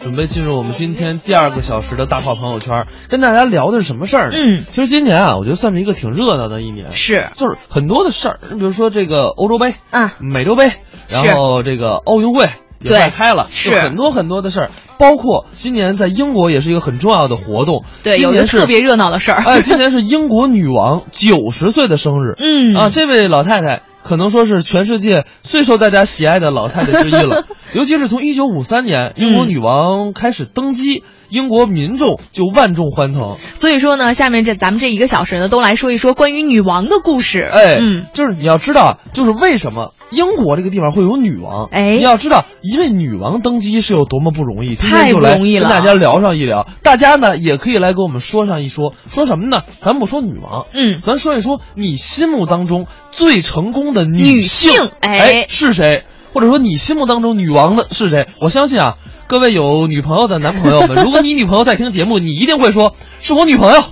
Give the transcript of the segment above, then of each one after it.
准备进入我们今天第二个小时的大炮朋友圈，跟大家聊的是什么事儿呢？嗯其实今年啊，我觉得算是一个挺热闹的一年，是就是很多的事儿，比如说这个欧洲杯、啊，美洲杯，然后这个奥运会。也快对开了，是就很多很多的事儿，包括今年在英国也是一个很重要的活动。对，今有一个年是特别热闹的事儿。哎，今年是英国女王九十岁的生日。嗯啊，这位老太太可能说是全世界最受大家喜爱的老太太之一了，尤其是从一九五三年英国女王开始登基，英国民众就万众欢腾。所以说呢，下面这咱们这一个小时呢，都来说一说关于女王的故事。哎，嗯，就是你要知道啊，就是为什么英国这个地方会有女王？哎你要知道一位女王登基是有多么不容易。今太天就不来容易跟了大家聊上一聊，大家呢也可以来跟我们说上一说，说什么呢？咱不说女王，嗯，咱说一说你心目当中最成功的女性，性哎是谁？或者说你心目当中女王的是谁？我相信啊，各位有女朋友的男朋友 们，如果你女朋友在听节目，你一定会说是我女朋友。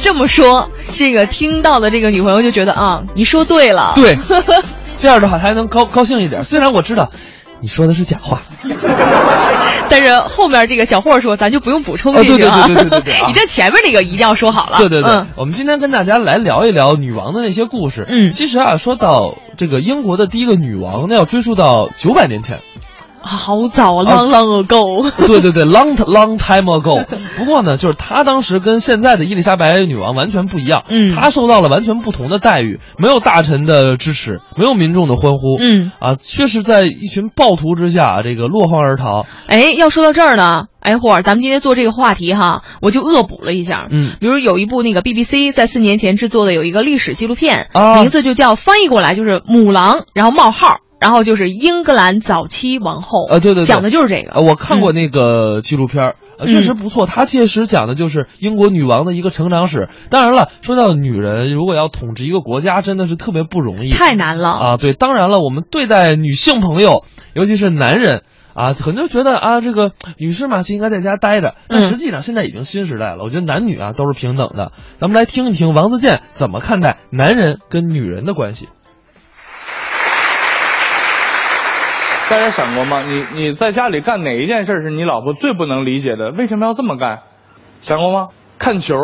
这么说，这个听到的这个女朋友就觉得啊，你说对了。对，这样的话才能高高兴一点。虽然我知道你说的是假话，但是后面这个小霍说，咱就不用补充哦这句啊。对对对对对对对啊你这前面那个一定要说好了。对对对，嗯我们今天跟大家来聊一聊女王的那些故事。嗯其实啊，说到这个英国的第一个女王，那要追溯到九百年 前。好早啊啊，long long ago。对对对，long long time ago。不过呢，就是她当时跟现在的伊丽莎白女王完全不一样，嗯她受到了完全不同的待遇，没有大臣的支持，没有民众的欢呼，嗯，啊，却是在一群暴徒之下这个落荒而逃。哎，要说到这儿呢，哎，霍儿，咱们今天做这个话题哈，我就恶补了一下。嗯比如有一部那个 BBC 在四年前制作的有一个历史纪录片，啊名字就叫翻译过来就是《母狼》，然后冒号，然后就是英格兰早期王后。啊对对对讲的就是这啊，个。嗯我看过那个纪录片儿。呃确实不错，它切实讲的就是英国女王的一个成长史。当然了，说到女人，如果要统治一个国家，真的是特别不容易，太难了。啊，对，当然了，我们对待女性朋友，尤其是男人。啊，很多人觉得啊，这个女士嘛就应该在家待着，但嗯实际上现在已经新时代了，我觉得男女啊都是平等的。咱们来听一听王自健怎么看待男人跟女人的关系。大家想过吗？你你在家里干哪一件事是你老婆最不能理解的？为什么要这么干？想过吗？看球，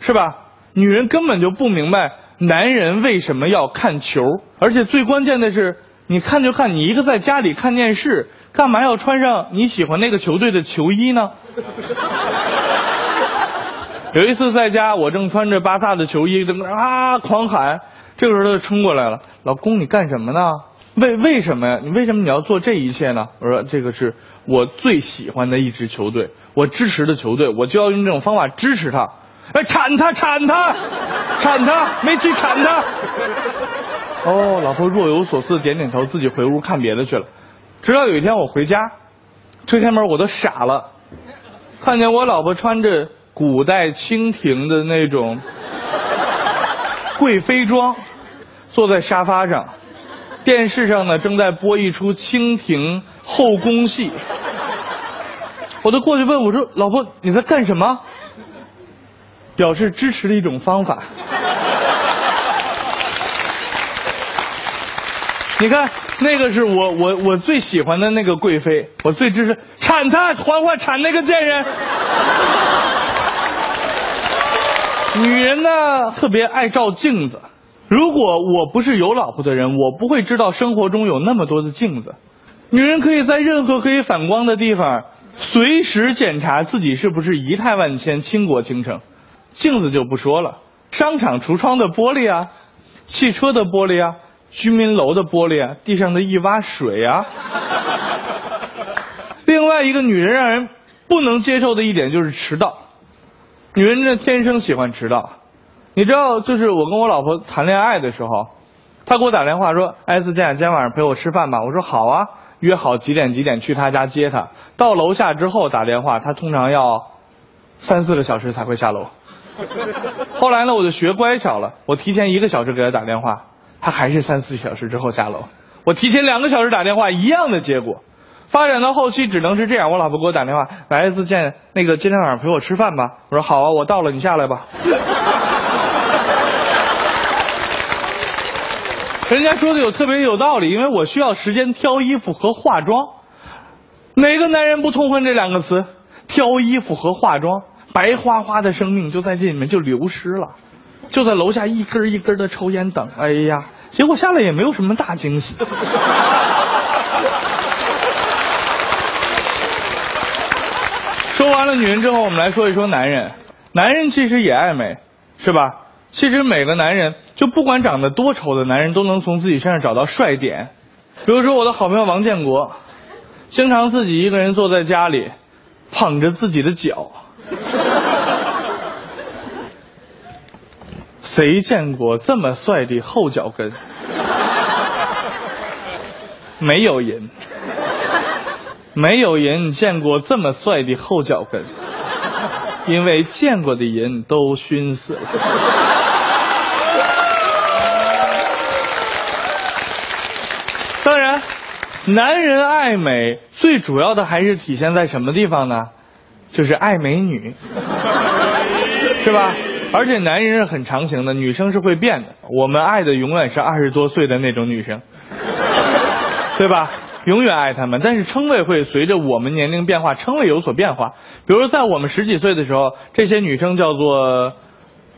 是吧？女人根本就不明白男人为什么要看球，而且最关键的是，你看就看，你一个在家里看电视，干嘛要穿上你喜欢那个球队的球衣呢？有一次在家，我正穿着巴萨的球衣，怎么啊狂喊，这个时候他就冲过来了，老公你干什么呢？为为什么呀？你为什么你要做这一切呢？我说这个是我最喜欢的一支球队，我支持的球队，我就要用这种方法支持他。哎，铲他，铲他，铲他，没去铲他。哦，老婆若有所思，点点头，自己回屋看别的去了。直到有一天我回家，推开门我都傻了，看见我老婆穿着古代清廷的那种贵妃装，坐在沙发上，电视上呢正在播一出清廷后宫戏。我都过去问我说：“老婆，你在干什么？”表示支持的一种方法。你看，那个是我我我最喜欢的那个贵妃，我最支持，铲他，嬛嬛铲那个贱人。女人呢，特别爱照镜子。如果我不是有老婆的人，我不会知道生活中有那么多的镜子。女人可以在任何可以反光的地方，随时检查自己是不是仪态万千、倾国倾城。镜子就不说了，商场橱窗的玻璃啊，汽车的玻璃啊，居民楼的玻璃啊，地上的一洼水啊。另外一个女人让人不能接受的一点就是迟到。女人这天生喜欢迟到。你知道，就是我跟我老婆谈恋爱的时候，她给我打电话说：“哎，自健，今天晚上陪我吃饭吧。”我说：“好啊，约好几点几点去她家接她。”到楼下之后打电话，她通常要三四个小时才会下楼。后来呢，我就学乖巧了，我提前一个小时给她打电话，她还是三四小时之后下楼。我提前两个小时打电话，一样的结果。发展到后期只能是这样，我老婆给我打电话，来自健，那个今天晚上陪我吃饭吧。我说好啊，我到了，你下来吧。人家说的有特别有道理，因为我需要时间挑衣服和化妆。哪个男人不痛恨这两个词？挑衣服和化妆，白花花的生命就在这里面就流失了，就在楼下一根一根的抽烟等。哎呀，结果下来也没有什么大惊喜。说完了女人之后，我们来说一说男人。男人其实也爱美，是吧？其实每个男人，就不管长得多丑的男人，都能从自己身上找到帅点。比如说我的好朋友王建国，经常自己一个人坐在家里，捧着自己的脚。 谁见过这么帅的后脚跟？没有人，没有人见过这么帅的后脚跟，因为见过的人都熏死了。当然，男人爱美最主要的还是体现在什么地方呢？就是爱美女，是 吧？而且男人是很长情的，女生是会变的。我们爱的永远是二十多岁的那种女生，对吧？永远爱她们，但是称谓会随着我们年龄变化，称谓有所变化。比如说在我们十几岁的时候，这些女生叫做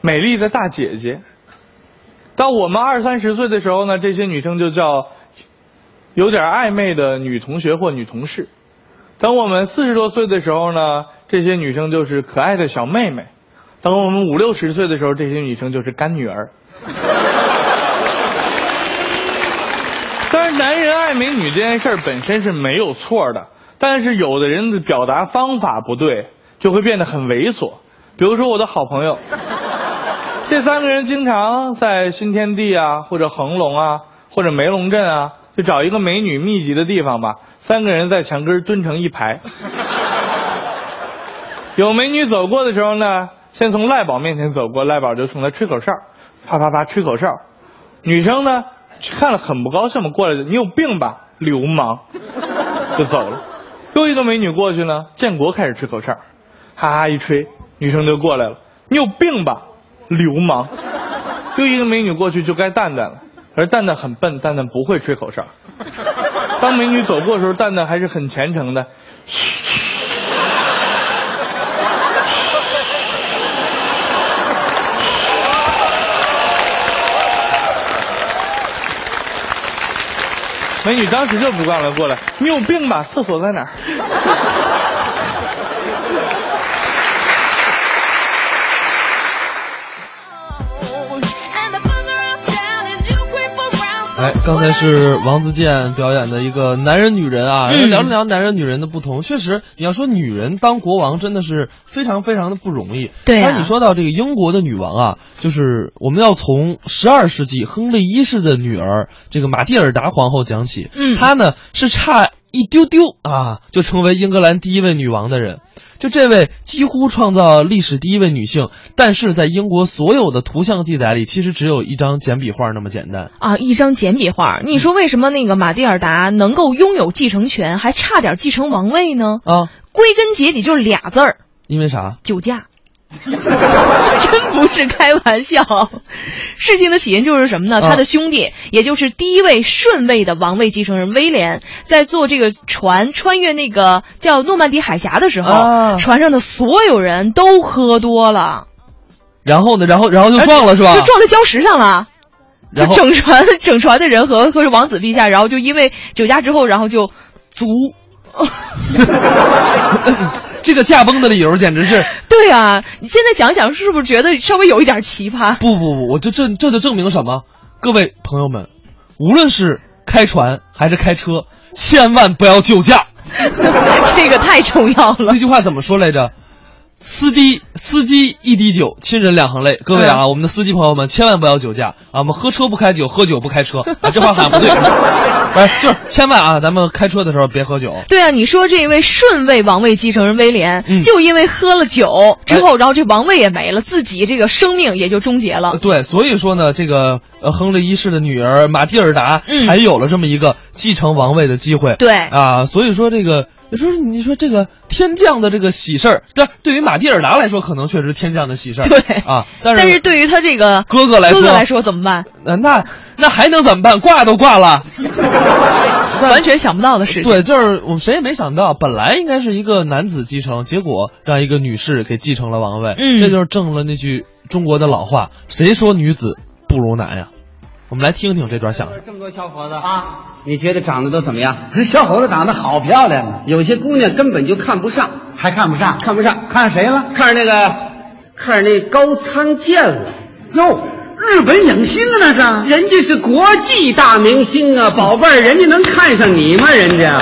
美丽的大姐姐；到我们二三十岁的时候呢，这些女生就叫有点暧昧的女同学或女同事。等我们四十多岁的时候呢，这些女生就是可爱的小妹妹；等我们五六十岁的时候，这些女生就是干女儿。但是男人爱美女这件事儿本身是没有错的，但是有的人的表达方法不对，就会变得很猥琐。比如说我的好朋友，这三个人经常在新天地啊，或者恒隆啊，或者梅龙镇啊，就找一个美女密集的地方吧，三个人在墙根儿蹲成一排。有美女走过的时候呢，先从赖宝面前走过，赖宝就冲他吹口哨，啪啪啪吹口哨。女生呢看了很不高兴嘛，过来就你有病吧，流氓，就走了。又一个美女过去呢，建国开始吹口哨，哈哈一吹，女生就过来了，你有病吧，流氓。又一个美女过去就该蛋蛋了，而蛋蛋很笨，蛋蛋不会吹口哨。当美女走过的时候，蛋蛋还是很虔诚的，美女当时就不干了，过来，你有病吧？厕所在哪儿？哎，刚才是王自健表演的一个男人女人啊，嗯聊了聊男人女人的不同。确实，你要说女人当国王真的是非常非常的不容易。对啊但你说到这个英国的女王啊，就是我们要从十二世纪亨利一世的女儿这个玛蒂尔达皇后讲起。嗯她呢是差一丢丢啊，就成为英格兰第一位女王的人。就这位几乎创造历史第一位女性，但是在英国所有的图像记载里，其实只有一张简笔画那么简单。啊，一张简笔画儿。你说为什么那个马蒂尔达能够拥有继承权，还差点继承王位呢？啊，归根结底就是俩字儿：因为啥？酒驾。真不是开玩笑。事情的起因就是什么呢？啊他的兄弟，也就是第一位顺位的王位继承人威廉，在坐这个船穿越那个叫诺曼底海峡的时候，啊船上的所有人都喝多了，然后呢？然后然后就撞了是吧？呃就撞在礁石上了。就然后整船整船的人和和王子陛下，然后就因为酒驾之后，然后就卒。 这个驾崩的理由简直是 对啊，你现在想想，是不是觉得稍微有一点奇葩？不不不，我这这这就证明什么？各位朋友们，无论是开船还是开车，千万不要酒驾。 这个太重要了那。句话怎么说来着？司机司机一滴酒，亲人两行泪。各位啊，嗯我们的司机朋友们千万不要酒驾啊！我们喝车不开酒，喝酒不开车啊！这话喊 不对，不是就是千万啊，咱们开车的时候别喝酒。对啊，你说这位顺位王位继承人威廉，嗯哎就因为喝了酒之后，然后这王位也没了，自己这个生命也就终结呃了。对，所以说呢，这个呃，亨利一世的女儿玛蒂尔达嗯才有了这么一个继承王位的机会。对啊，所以说这个，你说你说这个天降的这个喜事儿，这对于玛蒂尔达来说，可能确实天降的喜事儿。对啊，但但是是对于他这个哥哥来说 哥哥来说怎么办？呃那那还能怎么办？挂都挂了，完全想不到的事情。对，就是我们谁也没想到，本来应该是一个男子继承，结果让一个女士给继承了王位。嗯这就是证了那句中国的老话：谁说女子不如男呀？我们来听听这段相声。这么多小伙子啊，你觉得长得都怎么样？小伙子长得好漂亮啊，有些姑娘根本就看不上，还看不上，看不上，看上谁了？看上那个，看上那高仓健了。哟，日本影星啊，那是，人家是国际大明星啊，宝贝儿，人家能看上你吗？人家，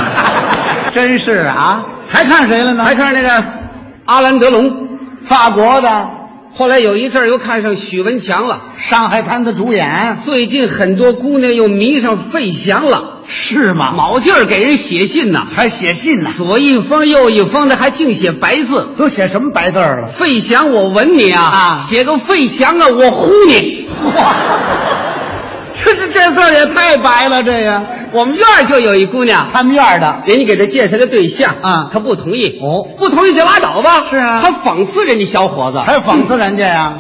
真是啊，还看谁了呢？还看上那个阿兰德龙，法国的。后来有一阵儿又看上许文强了，上海滩的主演最近很多姑娘又迷上费翔了。是吗？卯劲儿给人写信呐，还写信呢，左一封右一封的，还净写白字。都写什么白字儿了？费翔，我吻你啊！啊写个费翔啊，我呼你！ 这这这字儿也太白了，这个我们院儿就有一姑娘，他们院儿的人家给她介绍个对象啊她不同意，哦，不同意就拉倒吧。是啊她讽刺人家小伙子，还讽刺人 家呀？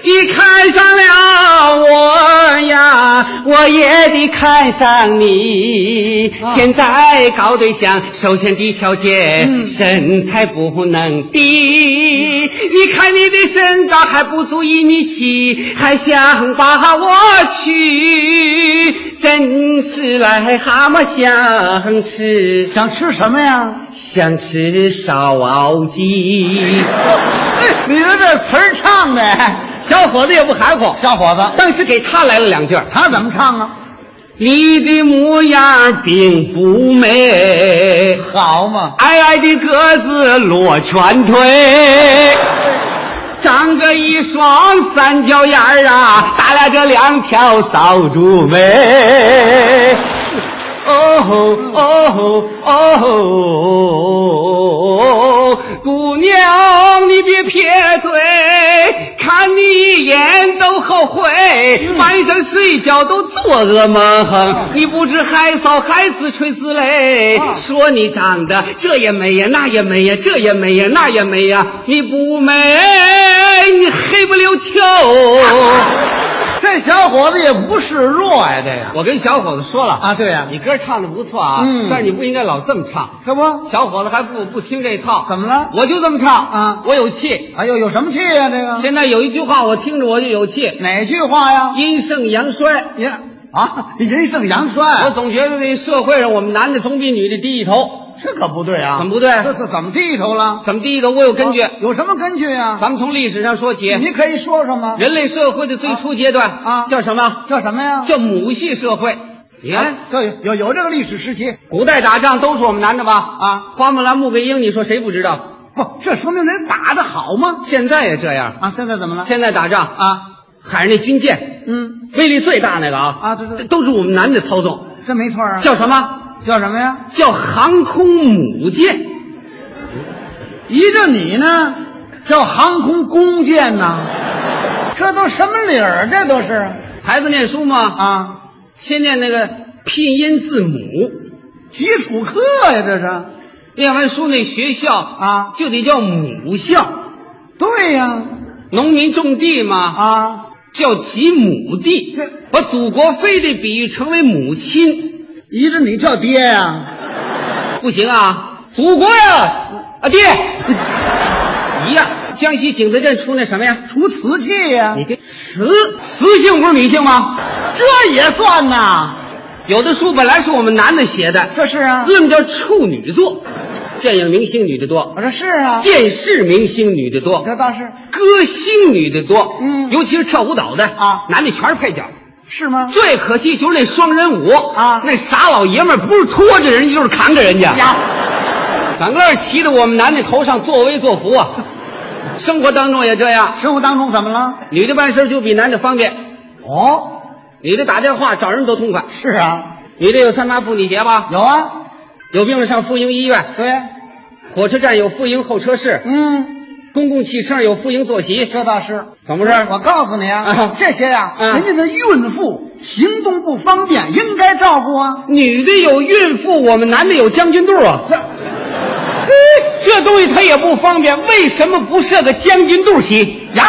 你看上了我呀，我也得看上你。啊现在搞对象，首先第一条件，嗯身材不能低。你看你的身高还不足一米七，还想把我娶，真是癞蛤蟆想吃，想吃什么呀？想吃烧熬鸡。 你说这词儿唱的，小伙子也不含糊，小伙子，当时给他来了两句儿。他怎么唱啊？你的模样并不美，好嘛，矮矮的个子裸全腿，长着一双三角眼儿啊，打俩着两条扫帚眉。哦吼哦吼哦吼，姑娘你别撇腿，看你一眼都后悔，晚上睡觉都做噩梦，你不知害臊还自吹自擂，说你长得这也美呀，那也美呀，这也美呀，那也美呀，你不美，你黑不溜秋。这小伙子也不示弱呀，这个我跟小伙子说了啊，对呀、你歌唱的不错啊，嗯但是你不应该老这么唱。可不，小伙子还不不听这套，怎么了我就这么唱啊我有气。哎呦，有什么气呀、这个现在有一句话我听着我就有气，哪句话呀？阴盛阳衰。你啊，人盛阳我衰，啊总觉得这社会上我们男的总比女的低一头，这可不对啊！怎么不对这这怎么低头了？怎么低一头？我有根据。有什么根据呀、咱们从历史上说起，你可以说说吗？人类社会的最初阶段啊叫什么？叫什么呀？叫母系社会。你看，啊，对，有有这个历史时期，古代打仗都是我们男的吧？啊花木兰、穆桂英，你说谁不知道？不，这说明人打的好吗？现在也这样。啊，现在怎么了？现在打仗，啊，喊上那军舰，嗯，威力最大那个啊啊对对对都是我们男的操纵，这没错啊。叫什么？叫什么呀？叫航空母舰。一个你呢，叫航空公舰呐，这都什么理儿？这都是孩子念书嘛，啊，先念那个拼音字母，基础课呀，这是。念完书那学校啊就得叫母校。对呀，农民种地嘛，啊，叫集母地这，把祖国非得比喻成为母亲，一个你叫爹呀，不行啊！祖国呀，啊爹， 一样。江西景德镇出那什么呀？除瓷器呀你，这雌雌性不是女性吗？这也算呐。有的书本来是我们男的写的，这是啊，那么叫处女作。电影明星女的多，我说是啊，电视明星女的多，这倒是歌星女的多。嗯尤其是跳舞蹈的啊男的全是配角。是吗？最可惜就是那双人舞啊那傻老爷们儿不是拖着人家就是扛着人家，呀，整个骑在我们男的头上作威作福 啊。生活当中也这样，生活当中怎么了？女的办事就比男的方便，哦，女的打电话找人都痛快。是啊，女的有三八妇女节吧？有啊，有病了上妇婴医院，对，火车站有妇婴候车室，嗯，公共汽车上有妇婴坐席，这倒是。怎么回事？我告诉你啊啊，这些呀、嗯人家那孕妇行动不方便，应该照顾啊。女的有孕妇，我们男的有将军肚啊。这嘿这东西它也不方便，为什么不设个将军肚席？呀，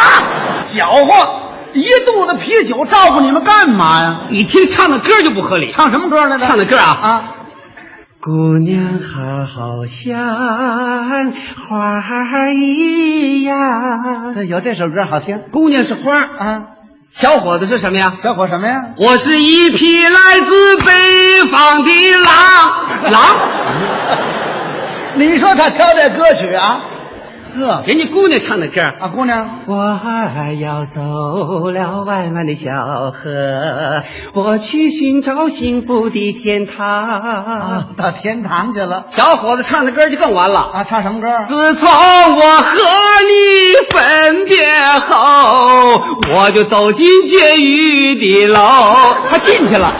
搅和，一肚子啤酒，照顾你们干嘛呀？你听唱的歌就不合理。唱什么歌来着？唱的歌啊啊！姑娘好像花儿一样。有这首歌好听姑娘是花儿，啊！小伙子是什么呀？小伙什么呀？我是一匹来自北方的狼，狼。 你说他挑这歌曲啊？呵人家姑娘唱的歌。啊，姑娘，我要走了弯弯的小河，我去寻找幸福的天堂。啊，到天堂去了小伙子唱的歌就更完了。啊！唱什么歌？自从我和你分别后，我就走进监狱的牢。他进去了，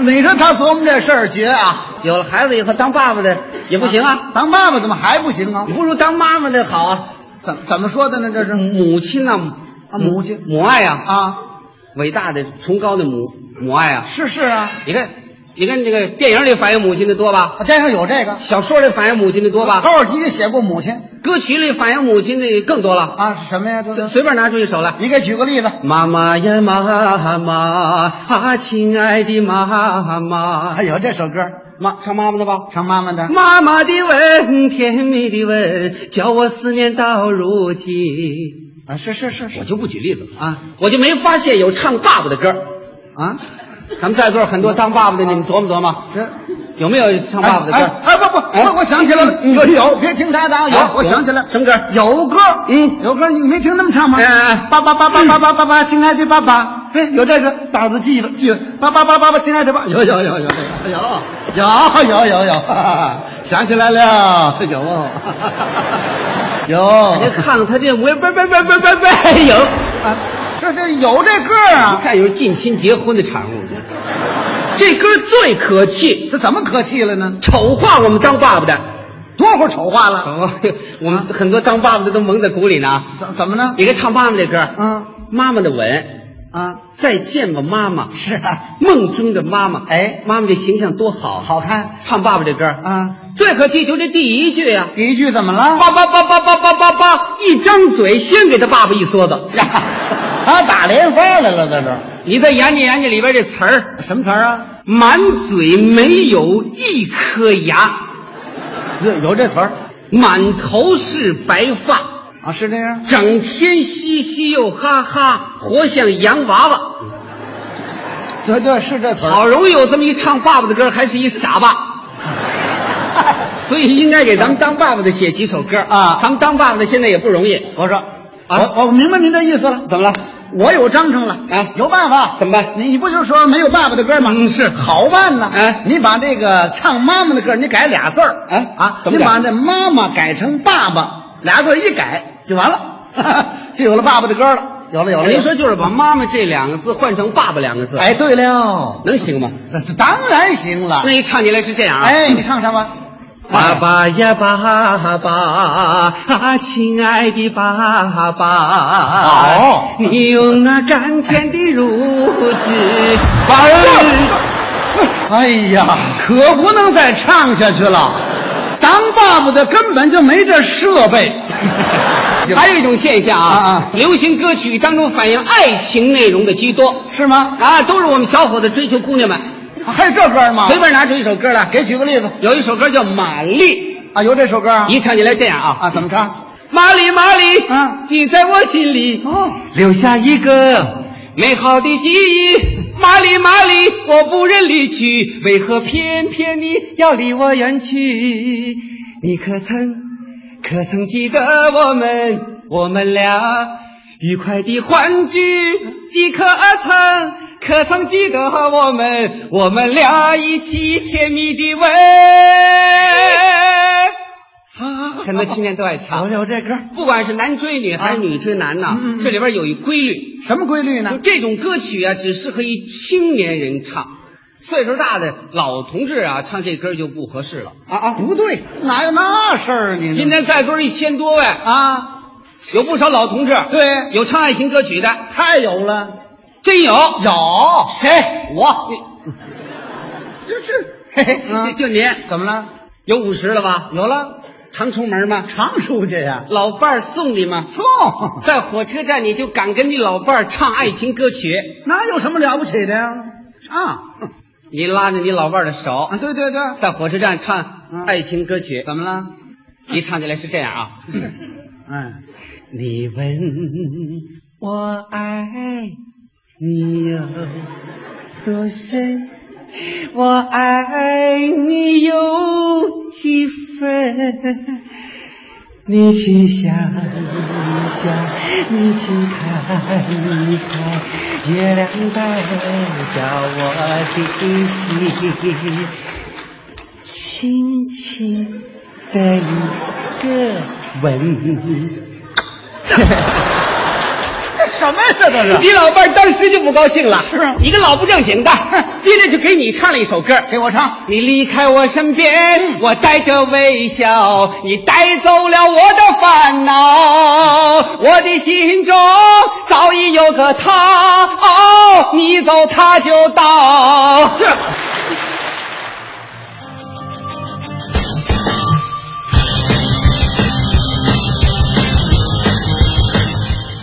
你说他琢磨这事儿绝啊！有了孩子以后，当爸爸的也不行啊，当爸爸怎么还不行啊？不如当妈妈的好啊。怎怎么说的呢？这是母亲呐、啊母亲母爱呀、啊，伟大的崇高的母母爱啊。是是啊，你看，你看这个电影里反映母亲的多吧？啊，边上有这个，小说里反映母亲的多吧？高尔基也写过母亲歌曲里反映母亲的更多了。啊，是什么呀？这随都随便拿出一首来。你给举个例子，妈妈呀，妈妈啊，亲爱的妈妈还，有哎这首歌，妈唱妈妈的吧。唱妈妈的妈妈的吻，甜蜜的吻，叫我思念到如今。啊，是是是我是就不举例子了啊我就没发现有唱爸爸的歌。啊， 咱们在座很多当爸爸的，你们琢磨琢磨，这有没有唱爸爸的哎歌？哎哎不不，哎我我想起来了，嗯有有，别听他的啊，啊有，我想起来什么歌有歌，嗯有歌，你没听他们唱吗？哎哎哎爸爸爸爸爸爸爸爸，亲爱的爸爸，哎，有这个，胆子记了记了，爸爸爸爸爸，亲爱的爸，有有有有有有有有有，哈哈想起来了，有有 你看看他这模样，拜拜拜拜拜拜，有，啊，这这有这歌你啊，看有人近亲结婚的产物。这歌最可气，这怎么可气了呢？丑化我们当爸爸的。多会儿丑话了？哦， 我们很多当爸爸的都蒙在鼓里呢。怎怎么呢？你看唱妈妈这歌，嗯妈妈的吻，啊，再见吧，妈妈，是啊，梦中的妈妈。哎妈妈这形象多好，好看唱爸爸这歌啊，啊。最可气就这第一句呀、第一句怎么了？叭叭叭叭叭叭叭叭，一张嘴先给他爸爸一梭子。他打连发来了，在这儿你再研究研究里边这词儿，什么词儿啊？满嘴没有一颗牙，有有这词儿满头是白发。啊？是这样？整天嘻嘻又哈哈，活像洋娃娃。对对，是这词好儿。容易有这么一唱爸爸的歌，还是一傻 爸。所以应该给咱们当爸爸的写几首歌啊咱们当爸爸的现在也不容易，我说，啊我我明白您这意思了。怎么了？我有章程了，哎有办法。怎么办你你不就说没有爸爸的歌吗？嗯是好办呢。哎你把这个唱妈妈的歌，你改俩字儿。哎啊，怎你么改把这妈妈改成爸爸，俩字儿一改就完了， 就有了爸爸的歌了。有了有了。您说就是把妈妈这两个字换成爸爸两个字，有了？，哎，对了，能行吗？那当然行了那。一唱起来是这样啊。哎，你唱唱吧。爸爸呀，爸爸啊，亲爱的爸爸，好啊你用那甘甜的乳汁把啊哎呀，可不能再唱下去了，当爸爸的根本就没这设备。还有一种现象啊，啊啊流行歌曲当中反映爱情内容的居多是吗？啊，都是我们小伙子追求姑娘们。还有这歌吗？随便拿出一首歌来，给举个例子有一首歌叫《玛丽啊，有这首歌啊》，？一唱起来这样啊，啊，怎么唱？玛丽玛丽，啊你在我心里哦，留下一个美好的记忆。玛丽玛丽，我不忍离去，为何偏偏你要离我远去？你可曾，可曾记得我们，我们俩愉快的欢聚？你可曾，可曾记得我们，我们俩一起甜蜜的吻？很多青年都爱唱有。有这歌，不管是男追女还是女追男呐、嗯嗯嗯这里边有一规律，什么规律呢就？这种歌曲啊，只适合于青年人唱，岁数大的老同志啊，唱这歌就不合适了。啊啊，不对，哪有那事儿呢？今天在座一千多位，啊，有不少老同志，对有唱爱情歌曲的，太有了，真有有有谁？我你 就是，嘿嘿，嗯就就您怎么了？有五十了吧？有了，常出门吗？常出去呀，老伴儿送你吗？送，在火车站你就敢跟你老伴儿唱爱情歌曲，那有什么了不起的呀？唱你拉着你老伴儿的手，啊，对对对，在火车站唱嗯爱情歌曲，怎么了？一唱起来是这样啊。嗯，你问我爱你有多深，我爱你有几分？你去想一想，你去看一看，月亮代表我的心，轻轻的一个吻。什么呀？这都是你老伴儿当时就不高兴了，是啊你个老不正经的，接着就给你唱了一首歌。给我唱，嗯你离开我身边，我带着微笑，你带走了我的烦恼，我的心中早已有个他，哦，你走他就到。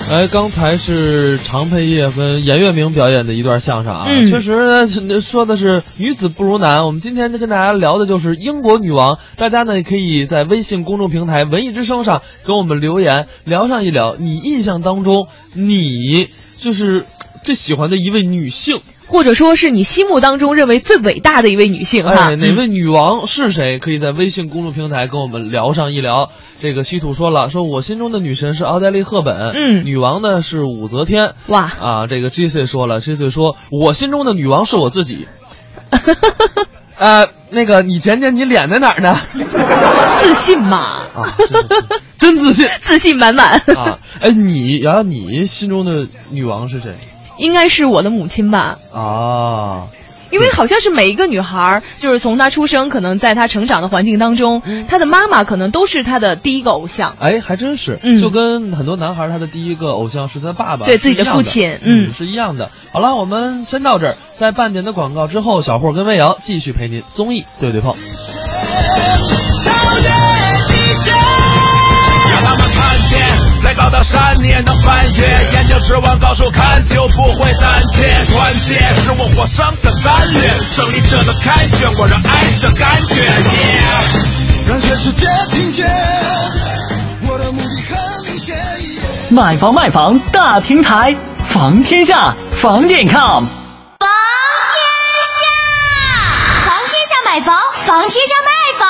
哎，刚才是常佩业跟严月明表演的一段相声啊，嗯确实呢是说的是女子不如男。我们今天就跟大家聊的就是英国女王，大家呢可以在微信公众平台“文艺之声”上给我们留言，聊上一聊你印象当中你就是最喜欢的一位女性，或者说是你心目当中认为最伟大的一位女性哈 哎，。哪位女王是谁？可以在微信公众平台跟我们聊上一聊。这个稀土说了，说我心中的女神是奥黛丽·赫本，嗯女王呢是武则天，哇啊，这个 G C 说了，G C 说我心中的女王是我自 己，呃，那个你捡捡你脸在哪儿呢？ 自信嘛，啊，真自信 自信满满。啊！哎，你瑶瑶，你心中的女王是谁应该是我的母亲吧，啊？因为好像是每一个女孩儿，就是从她出生，可能在她成长的环境当中，嗯她的妈妈可能都是她的第一个偶像。哎，还真是，嗯就跟很多男孩儿他的第一个偶像是他爸爸，对是自己的一样父亲嗯，嗯是一样的。好了，我们先到这儿，在半点的广告之后，小霍跟魏瑶继续陪您综艺对对碰。让他们看见，在高到山你也能翻越，眼睛直往高处看就不会胆怯。关键是我火上的战略，胜利者的凯旋，我让爱的感觉。Yeah，让全世界听见，我的目的很明显。买房卖房大平台，房天下，房点 com。房天下，房天下买房，房天下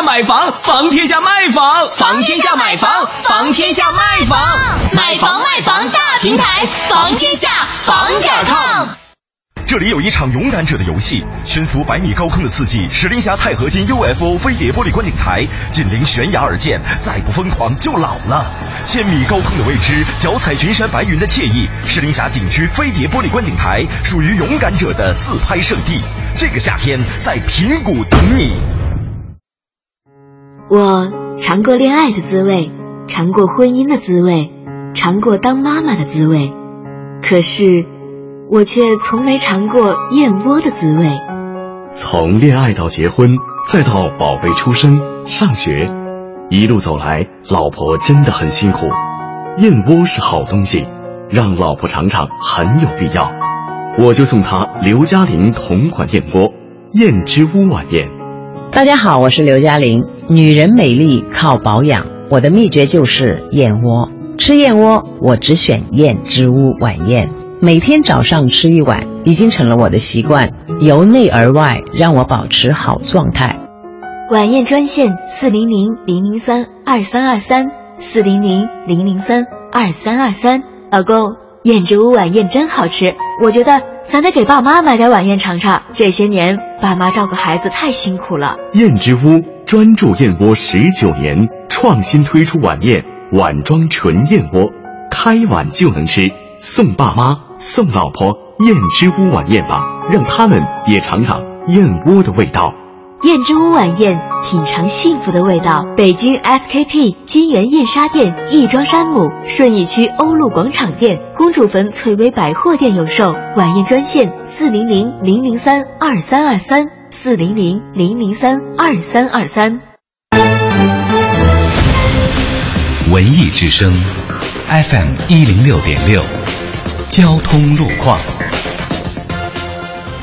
卖房，房天下买房，房天下卖房，房天下买房房天下卖房买房卖房大平台，房天下房点儿 com。这里有一场勇敢者的游戏，悬浮百米高空的刺激，石林峡钛合金 UFO 飞碟玻璃观景台，紧邻悬崖而建，再不疯狂就老了。千米高空的未知，脚踩群山白云的惬意，石林峡景区飞碟玻璃观景台属于勇敢者的自拍圣地。这个夏天在平谷等你。我尝过恋爱的滋味，尝过婚姻的滋味，尝过当妈妈的滋味，可是我却从没尝过燕窝的滋味。从恋爱到结婚，再到宝贝出生、上学，一路走来，老婆真的很辛苦。燕窝是好东西，让老婆尝尝很有必要。我就送她刘嘉玲同款燕窝——燕之屋晚宴。大家好，我是刘嘉玲。女人美丽靠保养，我的秘诀就是燕窝。吃燕窝，我只选燕之屋晚宴，每天早上吃一碗，已经成了我的习惯，由内而外让我保持好状态。晚宴专线四零零零零三二三二三四零零零零三二三二三。老公，燕之屋晚宴真好吃，我觉得咱得给爸妈买点晚宴尝尝。这些年爸妈照顾孩子太辛苦了。燕之屋专注燕窝十九年，创新推出晚宴碗装纯燕窝，开碗就能吃，送爸妈送老婆燕之屋晚宴吧，让他们也尝尝燕窝的味道。燕之屋晚宴，品尝幸福的味道。北京 SKP 金源燕莎店、亦庄山姆、顺义区欧陆广场店、公主坟翠微百货店有售。晚宴专线：四零零零零三二三二三，四零零零零三二三二三。文艺之声，FM 一零六点六，交通路况。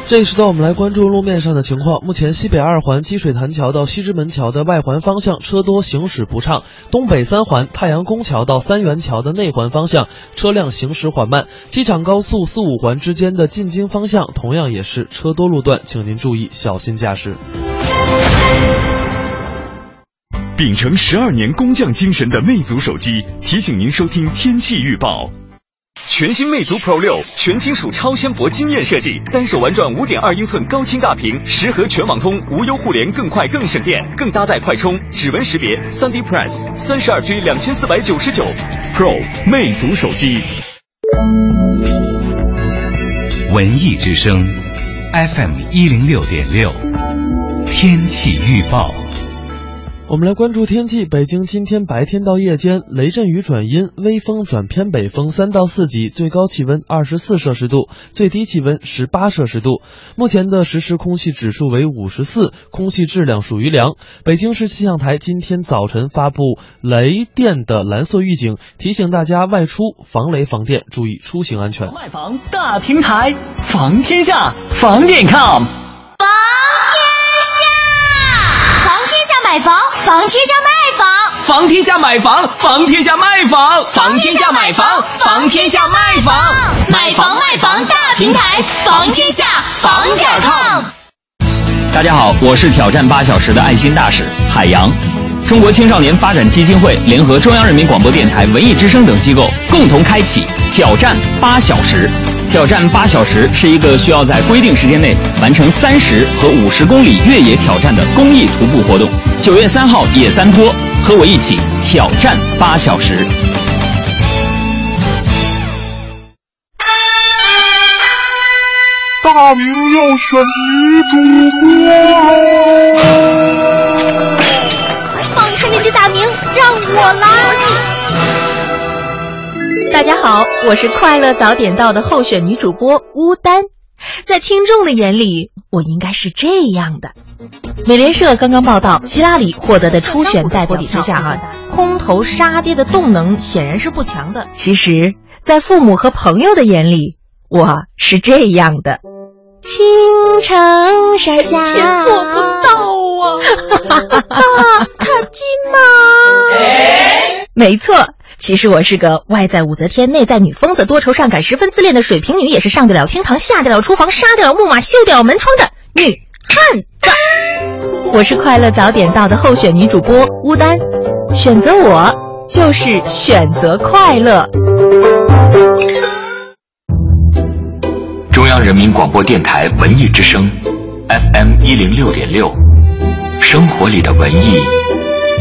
这一时段，我们来关注路面上的情况。目前，西北二环积水潭桥到西直门桥的外环方向车多，行驶不畅；东北三环太阳宫桥到三元桥的内环方向车辆行驶缓慢。机场高速四五环之间的进京方向同样也是车多路段，请您注意小心驾驶。秉承十二年工匠精神的魅族手机提醒您收听天气预报。全新魅族 Pro 六，全金属超纤薄惊艳设计，单手玩转五点二英寸高清大屏，十核全网通，无忧互联，更快更省电，更搭载快充、指纹识别、三 D Press，三十二 G 两千四百九十九，Pro 魅族手机。文艺之声，FM 一零六点六，天气预报。我们来关注天气。北京今天白天到夜间，雷阵雨转阴，微风转偏北风三到四级，最高气温二十四摄氏度，最低气温十八摄氏度。目前的实时空气指数为五十四，空气质量属于良。北京市气象台今天早晨发布雷电的蓝色预警，提醒大家外出防雷防电，注意出行安全。卖房大平台，房天下，房点 com。房天下，房天下买房，房天下卖房，房天下买房，房天下卖房，房天下买房，房天下卖房，买房卖房大平台，房天下房点儿 com。大家好，我是挑战八小时的爱心大使海洋。中国青少年发展基金会联合中央人民广播电台、文艺之声等机构，共同开启“挑战八小时”。挑战八小时是一个需要在规定时间内完成三十和五十公里越野挑战的公益徒步活动。九月三号，野三坡，和我一起挑战八小时。大明要选女主播喽。放开那只大明，让我来！大家好，我是快乐早点到的候选女主播乌丹。在听众的眼里，我应该是这样的。美联社刚刚报道，希拉里获得的初选代表之下 啊，空头杀跌的动能显然是不强的。其实，在父母和朋友的眼里，我是这样的。青城山下，钱做不到啊！ 大卡金毛，没错，其实我是个外在武则天，内在女疯子，多愁善感，十分自恋的水瓶女，也是上得了厅堂，下得了厨房，杀得了木马，修得了门窗的女汉子。我是快乐早点到的候选女主播乌丹，选择我就是选择快乐。中央人民广播电台文艺之声，FM 一零六点六，生活里的文艺，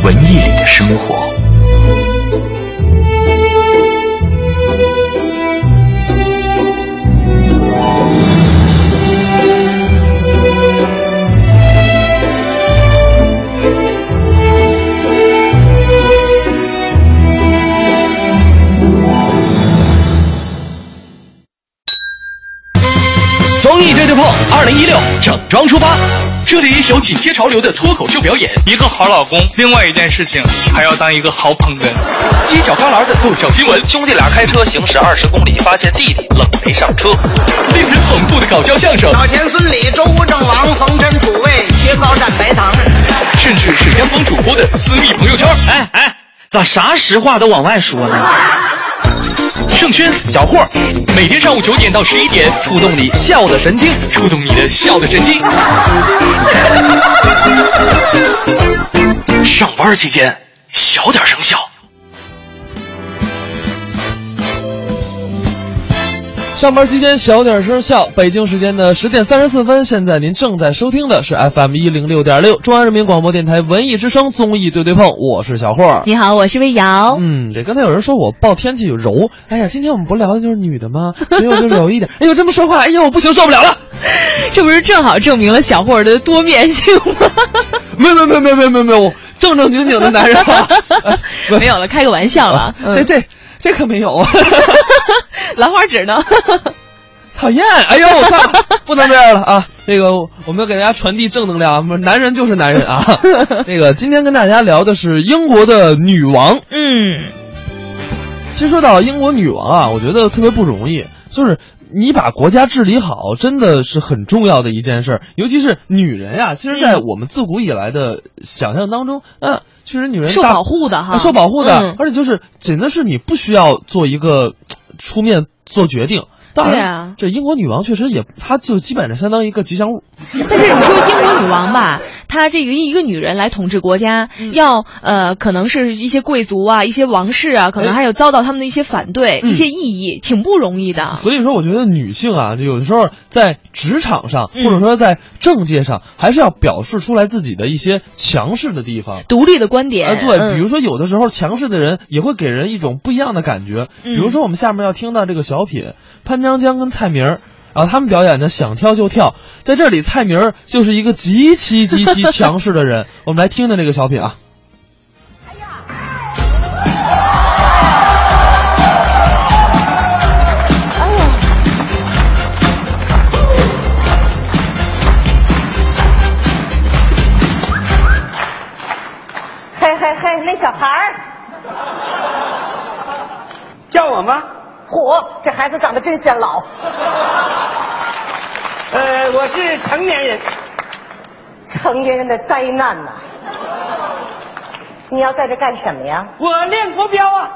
文艺里的生活。综艺对对碰，二零一六整装出发。这里有紧贴潮流的脱口秀表演，一个好老公，另外一件事情还要当一个好捧哏，犄角旮旯的爆笑新闻，兄弟俩开车行驶二十公里，发现弟弟冷没上车，令人捧腹的搞笑相声，老田、孙李、周吴、郑王、冯陈、楚卫、薛高、占白糖。甚至是央广主播的私密朋友圈。哎哎，咋啥实话都往外说呢？盛轩，小霍，每天上午九点到十一点，触动你笑的神经，触动你的笑的神经。上班期间小点声笑。上班期间小点声笑。北京时间的十点三十四分，现在您正在收听的是 FM 一零六点六，中央人民广播电台文艺之声综艺对对碰，我是小霍。你好，我是魏瑶。啊嗯，这刚才有人说我报天气就柔，哎呀，今天我们不聊的就是女的吗？所以我就柔一点。 哎呦，这么说话，哎呦，我不行，受不了了。 这不是正好证明了小霍儿的多面性吗？没有没有没有没有没有没有没有，我正正经经的男人啊， 没有了，开个玩笑了。嗯这这这可没有啊， 兰花指呢？ 讨厌！ 哎呦，我操，不能这样了啊！这个我们要给大家传递正能量，啊，不是男人就是男人啊。这个今天跟大家聊的是英国的女王，嗯，其实说到英国女王啊，我觉得特别不容易，就是你把国家治理好，真的是很重要的一件事儿。尤其是女人呀、其实，在我们自古以来的想象当中，嗯，确实女人受大保护的哈啊受保护的嗯，而且就是真的是你不需要做一个呃出面做决定。当对然，啊这英国女王确实也，她就基本上相当于一个吉祥物。 但是你说英国女王吧，她这个一个女人来统治国家，嗯要呃，可能是一些贵族啊、一些王室啊，哎可能还有遭到他们的一些反对、嗯一些异议，挺不容易的。所以说，我觉得女性啊，有的时候在职场上，或者说在政界上，还是要表示出来自己的一些强势的地方。独立的观点，啊，对，嗯比如说有的时候强势的人也会给人一种不一样的感觉。比如说我们下面要听到这个小品，潘长江跟蔡明儿，啊，他们表演的想跳就跳，在这里蔡明儿就是一个极其极其强势的人。我们来听听这个小品啊。嘿嘿嘿，那小孩儿叫我吗？嚯，这孩子长得真显老。呃，我是成年人。成年人的灾难呐、你要在这干什么呀？我练国标啊。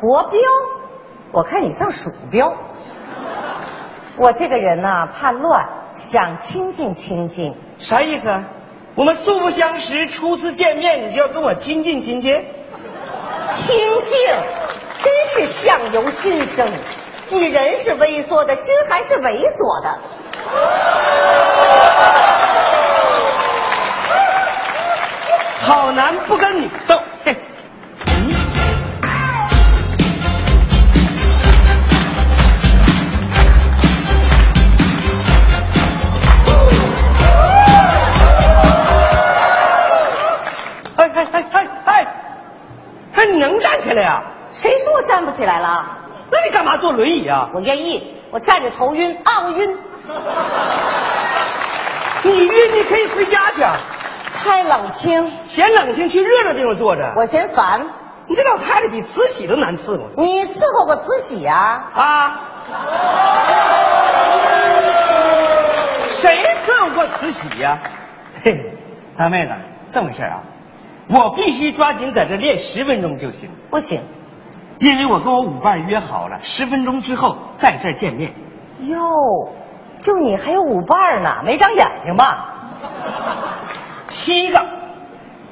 国标？我看你像鼠标。我这个人呐、怕乱，想清静清静。啥意思？啊我们素不相识，初次见面你就要跟我亲近亲近？清静，真是相由心生。你人是微缩的，心还是猥琐的。好男不跟你斗。嘿哎哎哎哎哎！哎，你能站起来呀、谁说我站不起来了？那你干嘛坐轮椅啊？我愿意，我站着头晕，啊，我晕。 你晕，你可以回家去。啊开冷清，嫌冷清去热热地方坐着。我嫌烦。你这老太太比慈禧都难伺候。你伺候过慈禧呀、啊？谁伺候过慈禧呀、嘿，大妹子，这么回事啊？我必须抓紧在这练十分钟就行。不行，因为我跟我舞伴约好了，十分钟之后在这儿见面。哟，就你还有舞伴呢，没长眼睛吧？七个，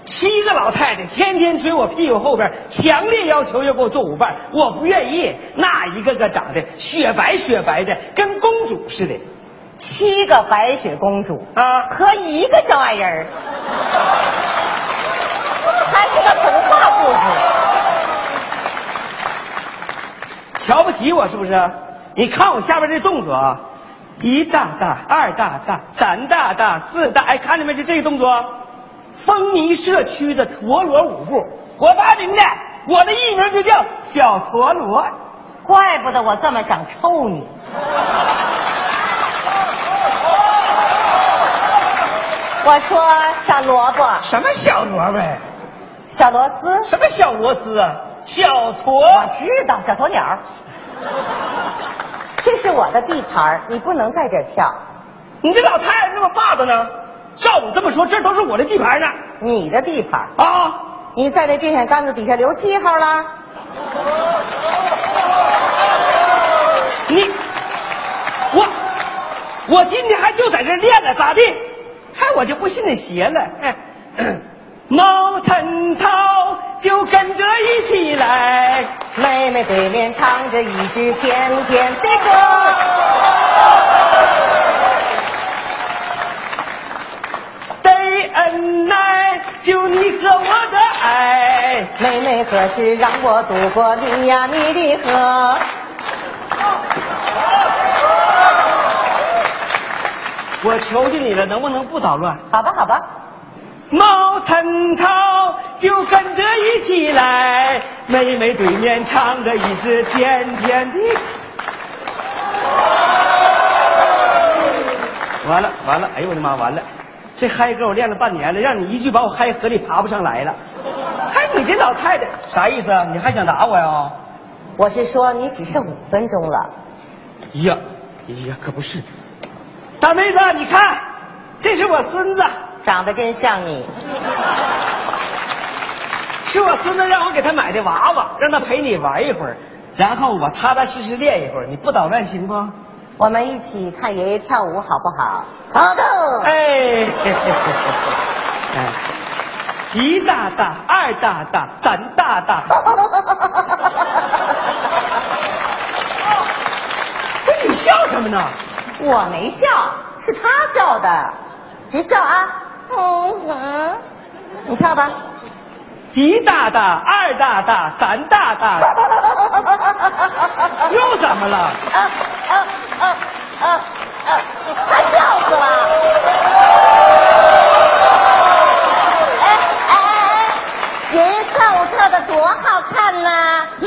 七个老太太天天追我屁股后边，强烈要求要给我做舞伴，我不愿意。那一个个长得雪白雪白的，跟公主似的。七个白雪公主啊，和一个小矮人儿，还是个童话故事。瞧不起我是不是？你看我下边这动作啊，一大大，二大大，三大大，四大，哎，看见没？就这个动作，风靡社区的陀螺舞步，我发明的，我的艺名就叫小陀螺。怪不得我这么想抽你。我说小萝卜，什么小萝卜？小螺丝，什么小螺丝啊？小陀。我知道，小鸵鸟。这是我的地盘儿，你不能在这儿跳。你这老太太那么霸道呢？照你这么说，这都是我的地盘呢。你的地盘儿，啊，你在那电线杆子底下留记号啦。你，我，我今天还就在这儿练了，咋地？嗨，我就不信那邪了。哎， 猫腾涛就跟着一起来，妹妹对面唱着一支甜甜的歌，得恩爱，就你和我的爱。妹妹何时让我渡过你呀你的河？我求求你了，能不能不捣乱？好吧，好吧，猫腾涛就跟着一起来，妹妹对面唱着一支甜甜的。完了完了，哎呦我的妈，完了！这嗨歌我练了半年了，让你一句把我嗨河里爬不上来了。嗨，你这老太太啥意思啊？你还想打我呀？我是说你只剩五分钟了。哎呀，呀，可不是。大妹子，你看，这是我孙子，长得真像你。是我孙子让我给他买的娃娃，让他陪你玩一会儿，然后我踏踏实实练一会儿。你不捣乱行不？我们一起看爷爷跳舞好不好？好的。哎， 哎一大大，二大大，三大 大。不是，你笑什么呢？我没笑，是他笑的。别笑啊！嗯哼，你跳吧。一大大，二大大，三大大。 又怎 么了？他笑死了。哎哎哎！爷爷跳舞跳的多好看呐、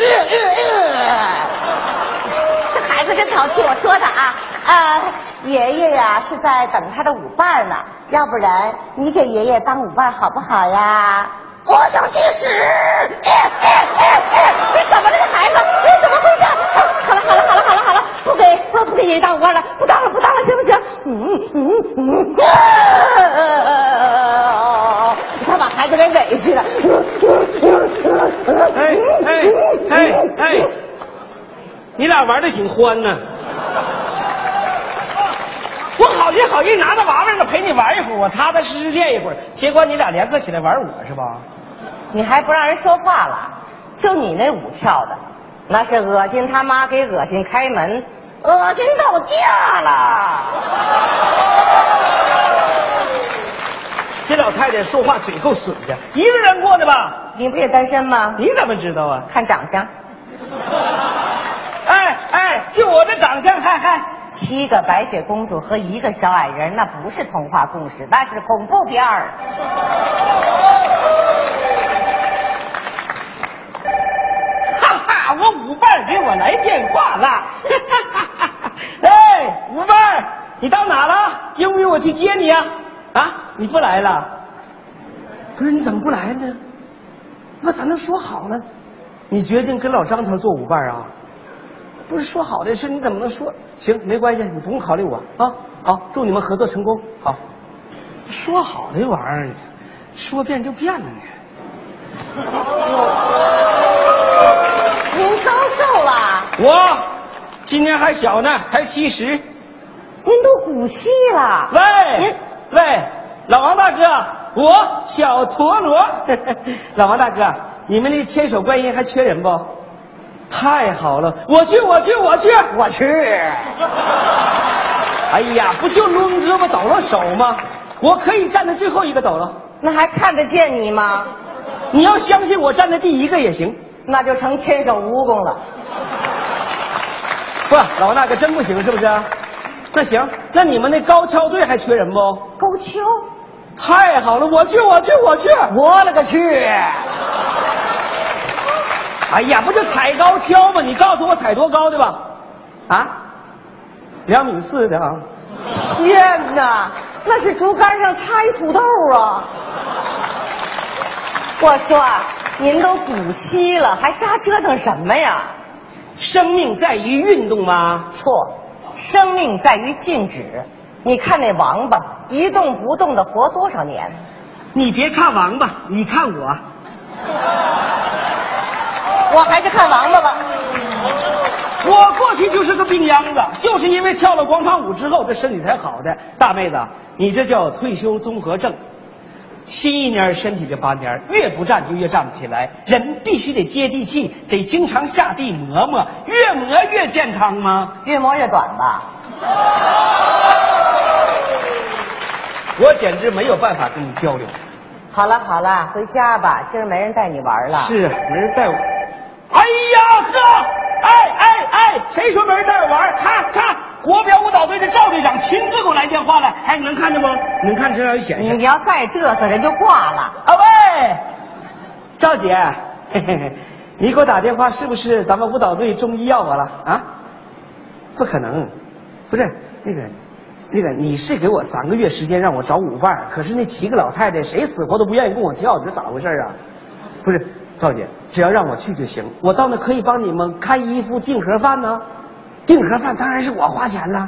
这孩子真淘气，我说他啊，呃，爷爷呀、是在等他的舞伴呢，要不然你给爷爷当舞伴好不好呀？我想去屎！哎哎哎哎！这怎么了？这孩子，这怎么回事？啊好了好了好了好了好了，不给不不给爷爷当舞伴了，不当了不当了，行不行？嗯嗯嗯。 啊你看把孩子给委屈的。哎哎哎哎，你俩玩的挺欢呢。 我好心好意拿着娃娃让他陪你玩一会儿，我踏踏实实练一会儿，结果你俩联合起来玩我是吧？你还不让人说话了？就你那舞跳的，那是恶心他妈给恶心开门，恶心到家了。这老太太说话嘴够损的，一个人过的吧？你不也单身吗？你怎么知道啊？看长相，哎哎，就我这长相，嗨嗨，七个白雪公主和一个小矮人，那不是童话故事，那是恐怖片儿。哈哈， 我舞伴给我来电话了， 哎，舞伴，你到哪了？用不用我去接你啊？啊，你不来了？不是，你怎么不来呢？那咱都说好了，你决定跟老张头做舞伴啊？不是说好的事，你怎么能说？行，没关系，你不用考虑我啊。好，祝你们合作成功。好，说好的玩意儿，说变就变了呢。您高寿了？我今年还小呢，才七十。您都古稀了。喂，喂，老王大哥，我小陀螺。 老王大哥，你们那千手观音还缺人不？太好了，我去，我去，我去，我去。哎呀，不就抡胳膊抖了手吗？我可以站在最后一个抖了。那还看得见你吗？你要相信我站在第一个也行。那就成千手蜈蚣了。不，老王大哥真不行，是不是？那行，那你们那高跷队还缺人不？高跷，太好了，我去，我去，我去。我勒个去！哎呀，不就踩高跷吗？你告诉我踩多高对吧？啊，两米四的啊。天哪，那是竹竿上插一土豆啊！我说啊，您都古稀了，还瞎折腾什么呀？生命在于运动吗？错，生命在于静止。你看那王八一动不动的活多少年？你别看王八，你看我。我还是看王八吧。我过去就是个病秧子，就是因为跳了广场舞之后，这身体才好的。大妹子，你这叫退休综合症。新一蔫儿身体就发蔫儿，越不站就越站不起来。人必须得接地气，得经常下地磨磨，越磨越健康吗？越磨越短吧。我简直没有办法跟你交流。好了好了，回家吧，今儿没人带你玩了。是啊，没人带我。哎呀呵，哎哎哎，谁说没人带我玩？看看，国标舞蹈队的赵队长亲自给我来电话了。哎，你能看见不？你能看这上显你示。要再嘚瑟，人就挂了。啊喂，赵姐， 嘿嘿嘿，你给我打电话是不是咱们舞蹈队中医要我了啊？不可能，不是那个。那个，你是给我三个月时间让我找舞伴儿，可是那七个老太太谁死活都不愿意跟我跳，你说咋回事儿啊？不是，赵姐，只要让我去就行，我到那可以帮你们看衣服、订盒饭呢。订盒饭当然是我花钱了。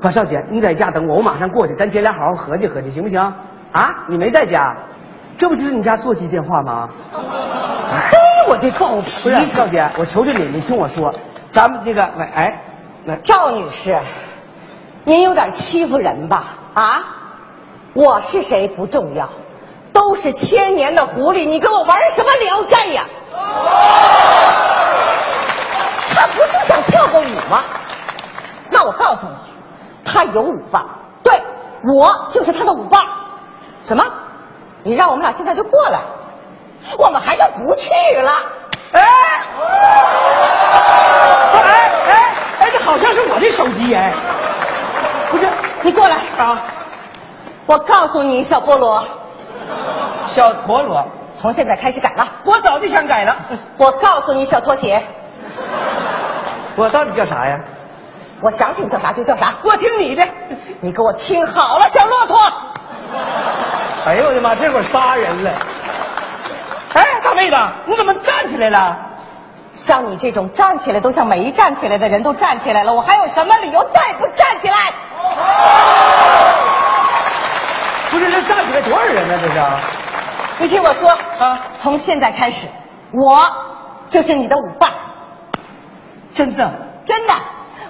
可少姐，你在家等我，我马上过去，咱姐俩好好合计合计，行不行？啊，你没在家，这不就是你家座机电话吗？嘿，我这暴脾气！少姐，我求求你，你听我说，咱们那个，喂，哎，那赵女士，您有点欺负人吧？啊，我是谁不重要，都是千年的狐狸，你跟我玩什么聊斋呀？他不就想跳个舞吗？那我告诉你，他有舞伴，对我就是他的舞伴。什么？你让我们俩现在就过来，我们还就不去了。哎，哎哎哎，这好像是我的手机哎，不是，你过来啊！我告诉你，小菠萝，小陀螺，从现在开始改了。我早就想改了。我告诉你，小拖鞋，我到底叫啥呀？我想请叫啥就叫啥。我听你的。你给我听好了，小骆驼。哎呦我的妈，这会儿仨人了。哎，大妹子，你怎么站起来了？像你这种站起来都像没站起来的人都站起来了，我还有什么理由再不站起来？不是，这站起来多少人呢？这是？你听我说啊，从现在开始，我就是你的舞伴。真的？啊真的，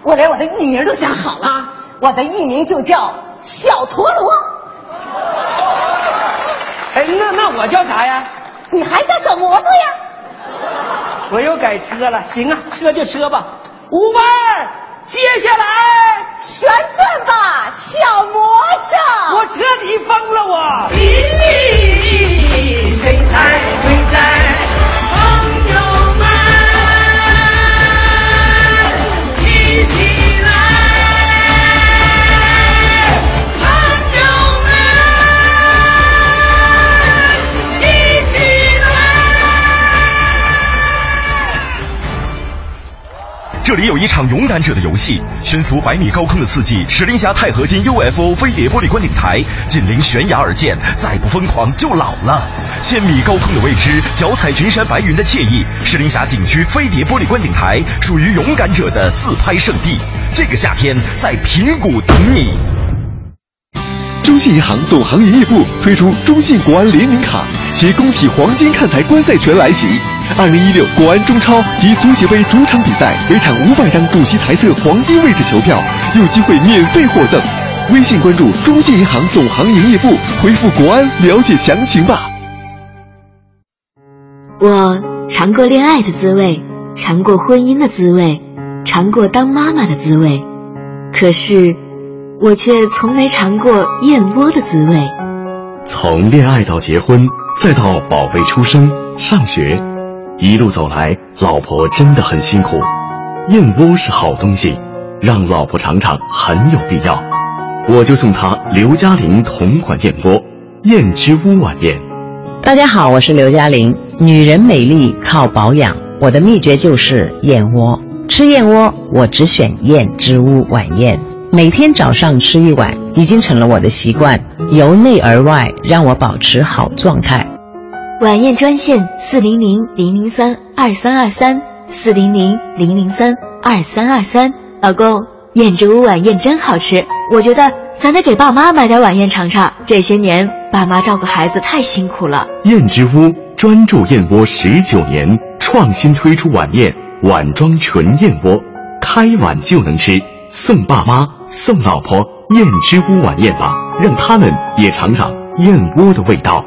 我连我的艺名都想好了，我的艺名就叫小陀螺。哎，那那我叫啥呀？你还叫小摩托呀？我又改车了。行啊，车就车吧。五妹儿，接下来旋转吧，小魔杖。我彻底疯了我。谁在谁在？朋友们，一起来！朋友们，一起这里有一场勇敢者的游戏，悬浮百米高空的刺激，石林峡钛合金 UFO 飞碟玻璃观景台，紧邻悬崖而建，再不疯狂就老了。千米高空的未知，脚踩群山白云的惬意，石林峡景区飞碟玻璃观景台属于勇敢者的自拍圣地。这个夏天在平谷等你。中信银行总行营业部推出中信国安联名卡携工体黄金看台观赛权来袭。二零一六国安中超及足协杯主场比赛，每场五百张主席台侧黄金位置球票，有机会免费获赠。微信关注中信银行总行营业部，回复“国安”了解详情吧。我尝过恋爱的滋味，尝过婚姻的滋味，尝过当妈妈的滋味，可是我却从没尝过燕窝的滋味。从恋爱到结婚，再到宝贝出生、上学，一路走来，老婆真的很辛苦。燕窝是好东西，让老婆尝尝很有必要。我就送她刘嘉玲同款燕窝“燕之屋”晚宴。大家好，我是刘嘉玲。女人美丽靠保养，我的秘诀就是燕窝。吃燕窝，我只选燕之屋晚宴，每天早上吃一碗，已经成了我的习惯，由内而外让我保持好状态。晚宴专线四零零零零三二三二三四零零零零三二三二三。老公，燕之屋晚宴真好吃，我觉得咱得给爸妈买点晚宴尝尝。这些年爸妈照顾孩子太辛苦了。燕之屋专注燕窝十九年，创新推出晚宴碗装纯燕窝，开碗就能吃，送爸妈送老婆燕之屋晚宴吧，让他们也尝尝燕窝的味道。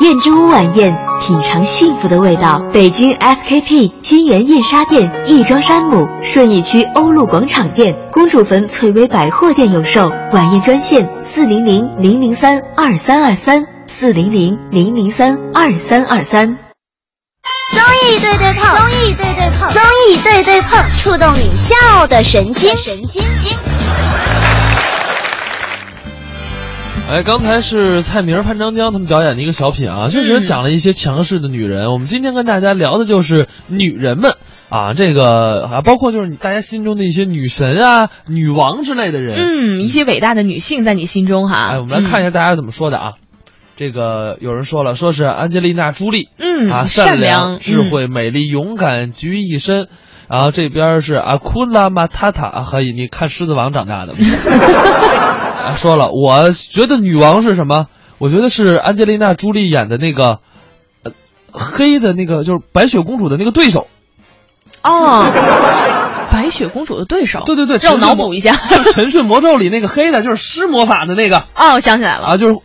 燕之屋晚宴，品尝幸福的味道。北京 SKP 金源燕莎店、亦庄山姆、顺义区欧陆广场店、公主坟翠微百货店有售。晚宴专线：四零零零零三二三二三，四零零零零三二三二三。综艺对对碰，综艺对对碰，综艺对对碰，触动你笑的神经，神经经。哎，刚才是蔡明、潘长江他们表演的一个小品啊，确实讲了一些强势的女人。我们今天跟大家聊的就是女人们啊，这个啊，包括就是大家心中的一些女神啊、女王之类的人。嗯，一些伟大的女性在你心中哈。哎哎，我们来看一下大家怎么说的啊。这个有人说了，说是安吉丽娜·朱莉，嗯啊，善良、良智慧、美丽、勇敢集于一身。然后这边是阿库拉马塔塔，啊嘿，你看《狮子王》长 大的吗？啊说了，我觉得女王是什么？我觉得是安吉丽娜·朱莉演的那个，呃，黑的那个，就是白雪公主的那个对手。哦，白雪公主的对手。 对对对，让我陈脑迅补魔一下。就是《沉睡魔咒》里那个黑的，就是施魔法的那个哦，我想起来了，啊，就是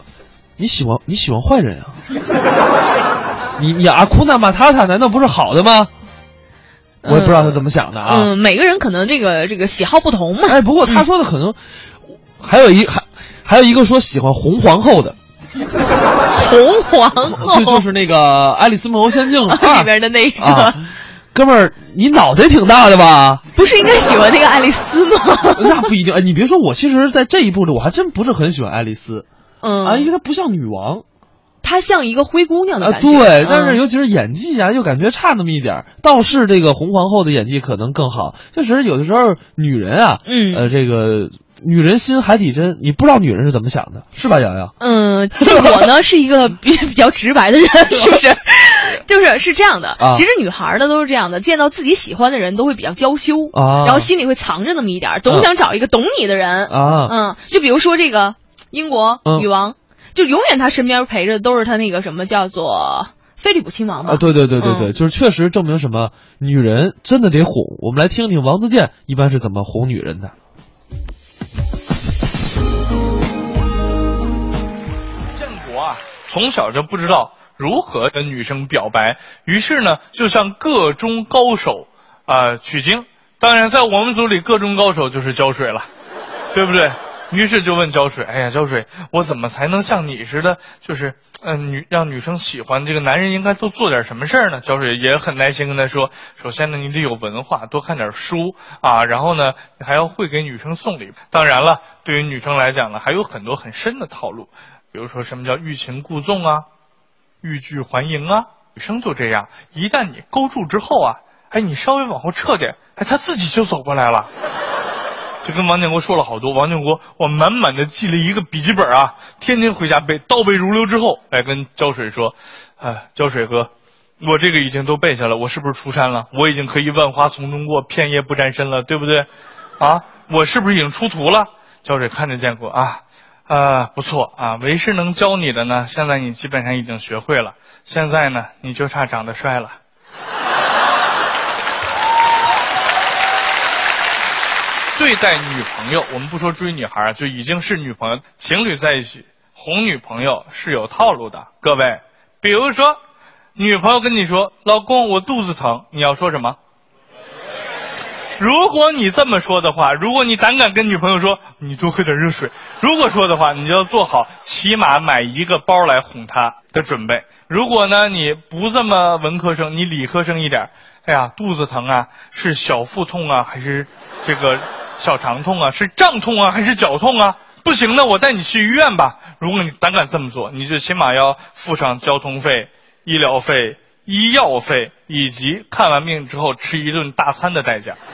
你喜欢你喜欢坏人啊？ 你你啊阿库纳马塔塔难道不是好的吗？我也不知道他怎么想的啊。嗯，每个人可能这个这个喜好不同嘛。哎，不过他说的可能还有一还还有一个说喜欢红皇后的， 红皇后就就是那个《爱丽丝梦游仙境二 里》边的那个，啊。哥们儿，你脑袋挺大的吧？不是应该喜欢那个爱丽丝吗？ 那不一定。哎，你别说，我其实，在这一部里，我还真不是很喜欢爱丽丝。嗯啊，因为她不像女王。她像一个灰姑娘的啊，感觉。对，但是嗯尤其是演技啊，又感觉差那么一点儿。倒是这个红皇后的演技可能更好。确实，有的时候女人啊，嗯呃，这个女人心海底针，你不知道女人是怎么想的，是吧，瑶瑶？嗯，这我呢是一个 比比较直白 的人，是 不是？就是是这样的啊，其实女孩儿呢都是这样的，见到自己喜欢的人都会比较娇羞，啊然后心里会藏着那么一点儿，总啊想找一个懂你的人啊嗯，就比如说这个英国嗯女王，就永远她身边陪着都是她那个什么叫做菲利普亲王嘛。啊，对对对对对，嗯 就是确实证明什么，女人真的得哄。我们来听听王自健一般是怎么哄女人的。建国啊，从小就不知道如何跟女生表白，于是呢，就向各中高手啊、呃取经。当然，在我们组里，各中高手就是胶水了，对不对？于是就问胶水：“哎呀，胶水，我怎么才能像你似的，就是嗯、呃女让女生喜欢这个男人应该都做点什么事儿呢？”胶水也很耐心跟他说：“首先呢，你得有文化，多看点书啊，然后呢，你还要会给女生送礼。当然了，对于女生来讲呢，还有很多很深的套路，比如说什么叫欲擒故纵啊，欲拒还迎啊。女生就这样，一旦你勾住之后啊，哎，你稍微往后撤点，哎，她自己就走过来了。就跟王建国说了好多，王建国我满满的记了一个笔记本啊，天天回家背，倒背如流之后，哎，跟胶水说，哎，胶水哥，我这个已经都背下了，我是不是出山了？我已经可以万花丛中过，片叶不沾身了，对不对？啊，我是不是已经出徒了？胶水看着建国啊，啊，不错啊，为师能教你的呢，现在你基本上已经学会了，现在呢，你就差长得帅了。对待女朋友，我们不说追女孩儿，就已经是女朋友，情侣在一起哄女朋友是有套路的，各位。比如说，女朋友跟你说：“老公，我肚子疼。”你要说什么？如果你这么说的话，如果你胆敢跟女朋友说你多喝点热水，如果说的话，你就要做好起码买一个包来哄她的准备。如果呢你不这么文科生，你理科生一点，哎呀，肚子疼啊，是小腹痛啊，还是这个小肠痛啊，是胀痛啊，还是绞痛啊？不行那我带你去医院吧。如果你胆敢这么做，你就起码要付上交通费、医疗费、医药费，以及看完病之后吃一顿大餐的代价。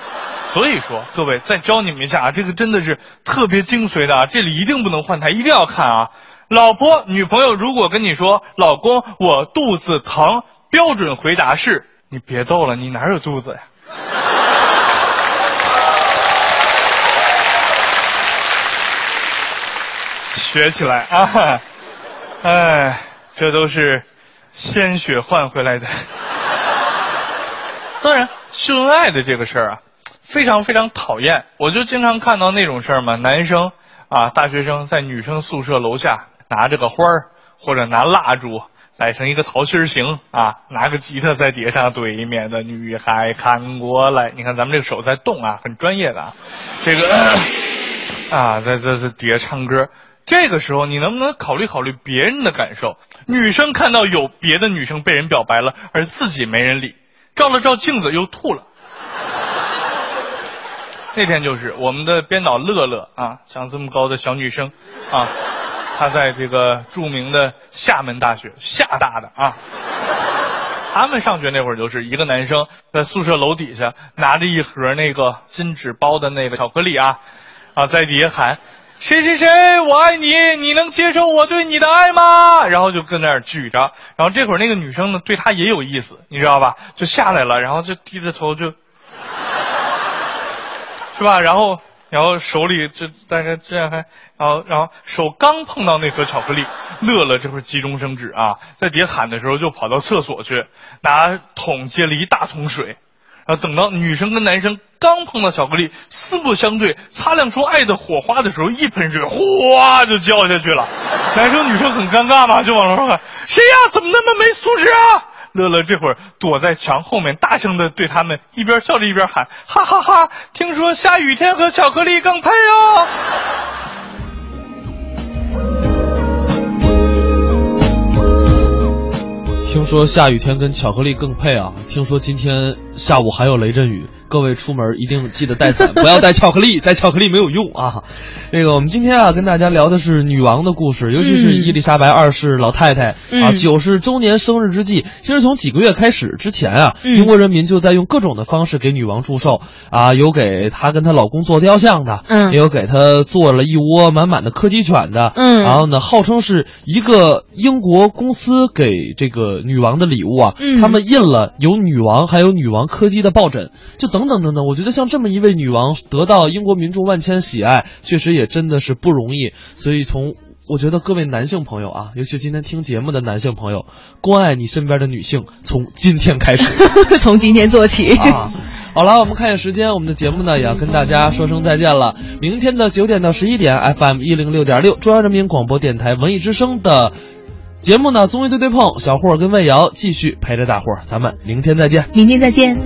所以说，各位再教你们一下啊，这个真的是特别精髓的啊，这里一定不能换台，一定要看啊。老婆、女朋友如果跟你说“老公，我肚子疼”，标准回答是：你别逗了，你哪有肚子呀？ 学起来啊！哎，这都是鲜血换回来的。当然，秀恩爱的这个事儿啊，非常非常讨厌。我就经常看到那种事儿嘛，男生啊，大学生在女生宿舍楼下拿着个花儿或者拿蜡烛。摆成一个桃心形啊，拿个吉他在底下唱对面的女孩看过来。你看咱们这个手在动啊，很专业的啊。这个、啊，在这是底下唱歌。这个时候，你能不能考虑考虑别人的感受？女生看到有别的女生被人表白了，而自己没人理，照了照镜子又吐了。那天就是我们的编导乐乐啊，长这么高的小女生啊，她在这个著名的厦门大学，厦大的啊，他们上学那会儿就是一个男生在宿舍楼底下拿着一盒那个金纸包的那个巧克力啊，啊，在底下喊：“谁谁谁，我爱你，你能接受我对你的爱吗？然后就跟那儿举着，然后这会儿那个女生呢对他也有意思，你知道吧？就下来了，然后就低着头就，是吧？然后然后手里这大概这样还，然后然后手刚碰到那盒巧克力，乐乐这会儿急中生智啊，在底下喊的时候就跑到厕所去拿桶接了一大桶水。然后等到女生跟男生刚碰到巧克力，四目相对，擦亮出爱的火花的时候，一盆水哗就浇下去了。男生女生很尴尬嘛，就往楼上喊：“谁呀？怎么那么没素质啊？”乐乐这会儿躲在墙后面，大声的对他们一边笑着一边喊：“哈哈哈听说下雨天和巧克力更配哦。”听说下雨天跟巧克力更配啊！听说今天下午还有雷阵雨，各位出门一定记得带伞，不要带巧克力，带巧克力没有用啊！那个，我们今天啊跟大家聊的是女王的故事，尤其是伊丽莎白二世老太太、啊，嗯九十周年生日之际，其实从几个月开始之前啊，嗯英国人民就在用各种的方式给女王祝寿啊，有给她跟她老公做雕像的，嗯也有给她做了一窝满满的柯基犬的，嗯然后呢，号称是一个英国公司给这个女王的礼物啊，嗯他们印了有女王还有女王柯基的抱枕，就等等等等。我觉得像这么一位女王得到英国民众万千喜爱，确实也真的是不容易。所以从我觉得各位男性朋友啊，尤其今天听节目的男性朋友，关爱你身边的女性，从今天开始。 从今天做起。啊。好了，我们看一下时间，我们的节目呢也要跟大家说声再见了。明天的九点到十一点，FM 一零六点六，中央人民广播电台文艺之声的节目呢，综艺对对碰，小霍跟魏瑶继续陪着大伙儿，咱们明天再见。明天再见。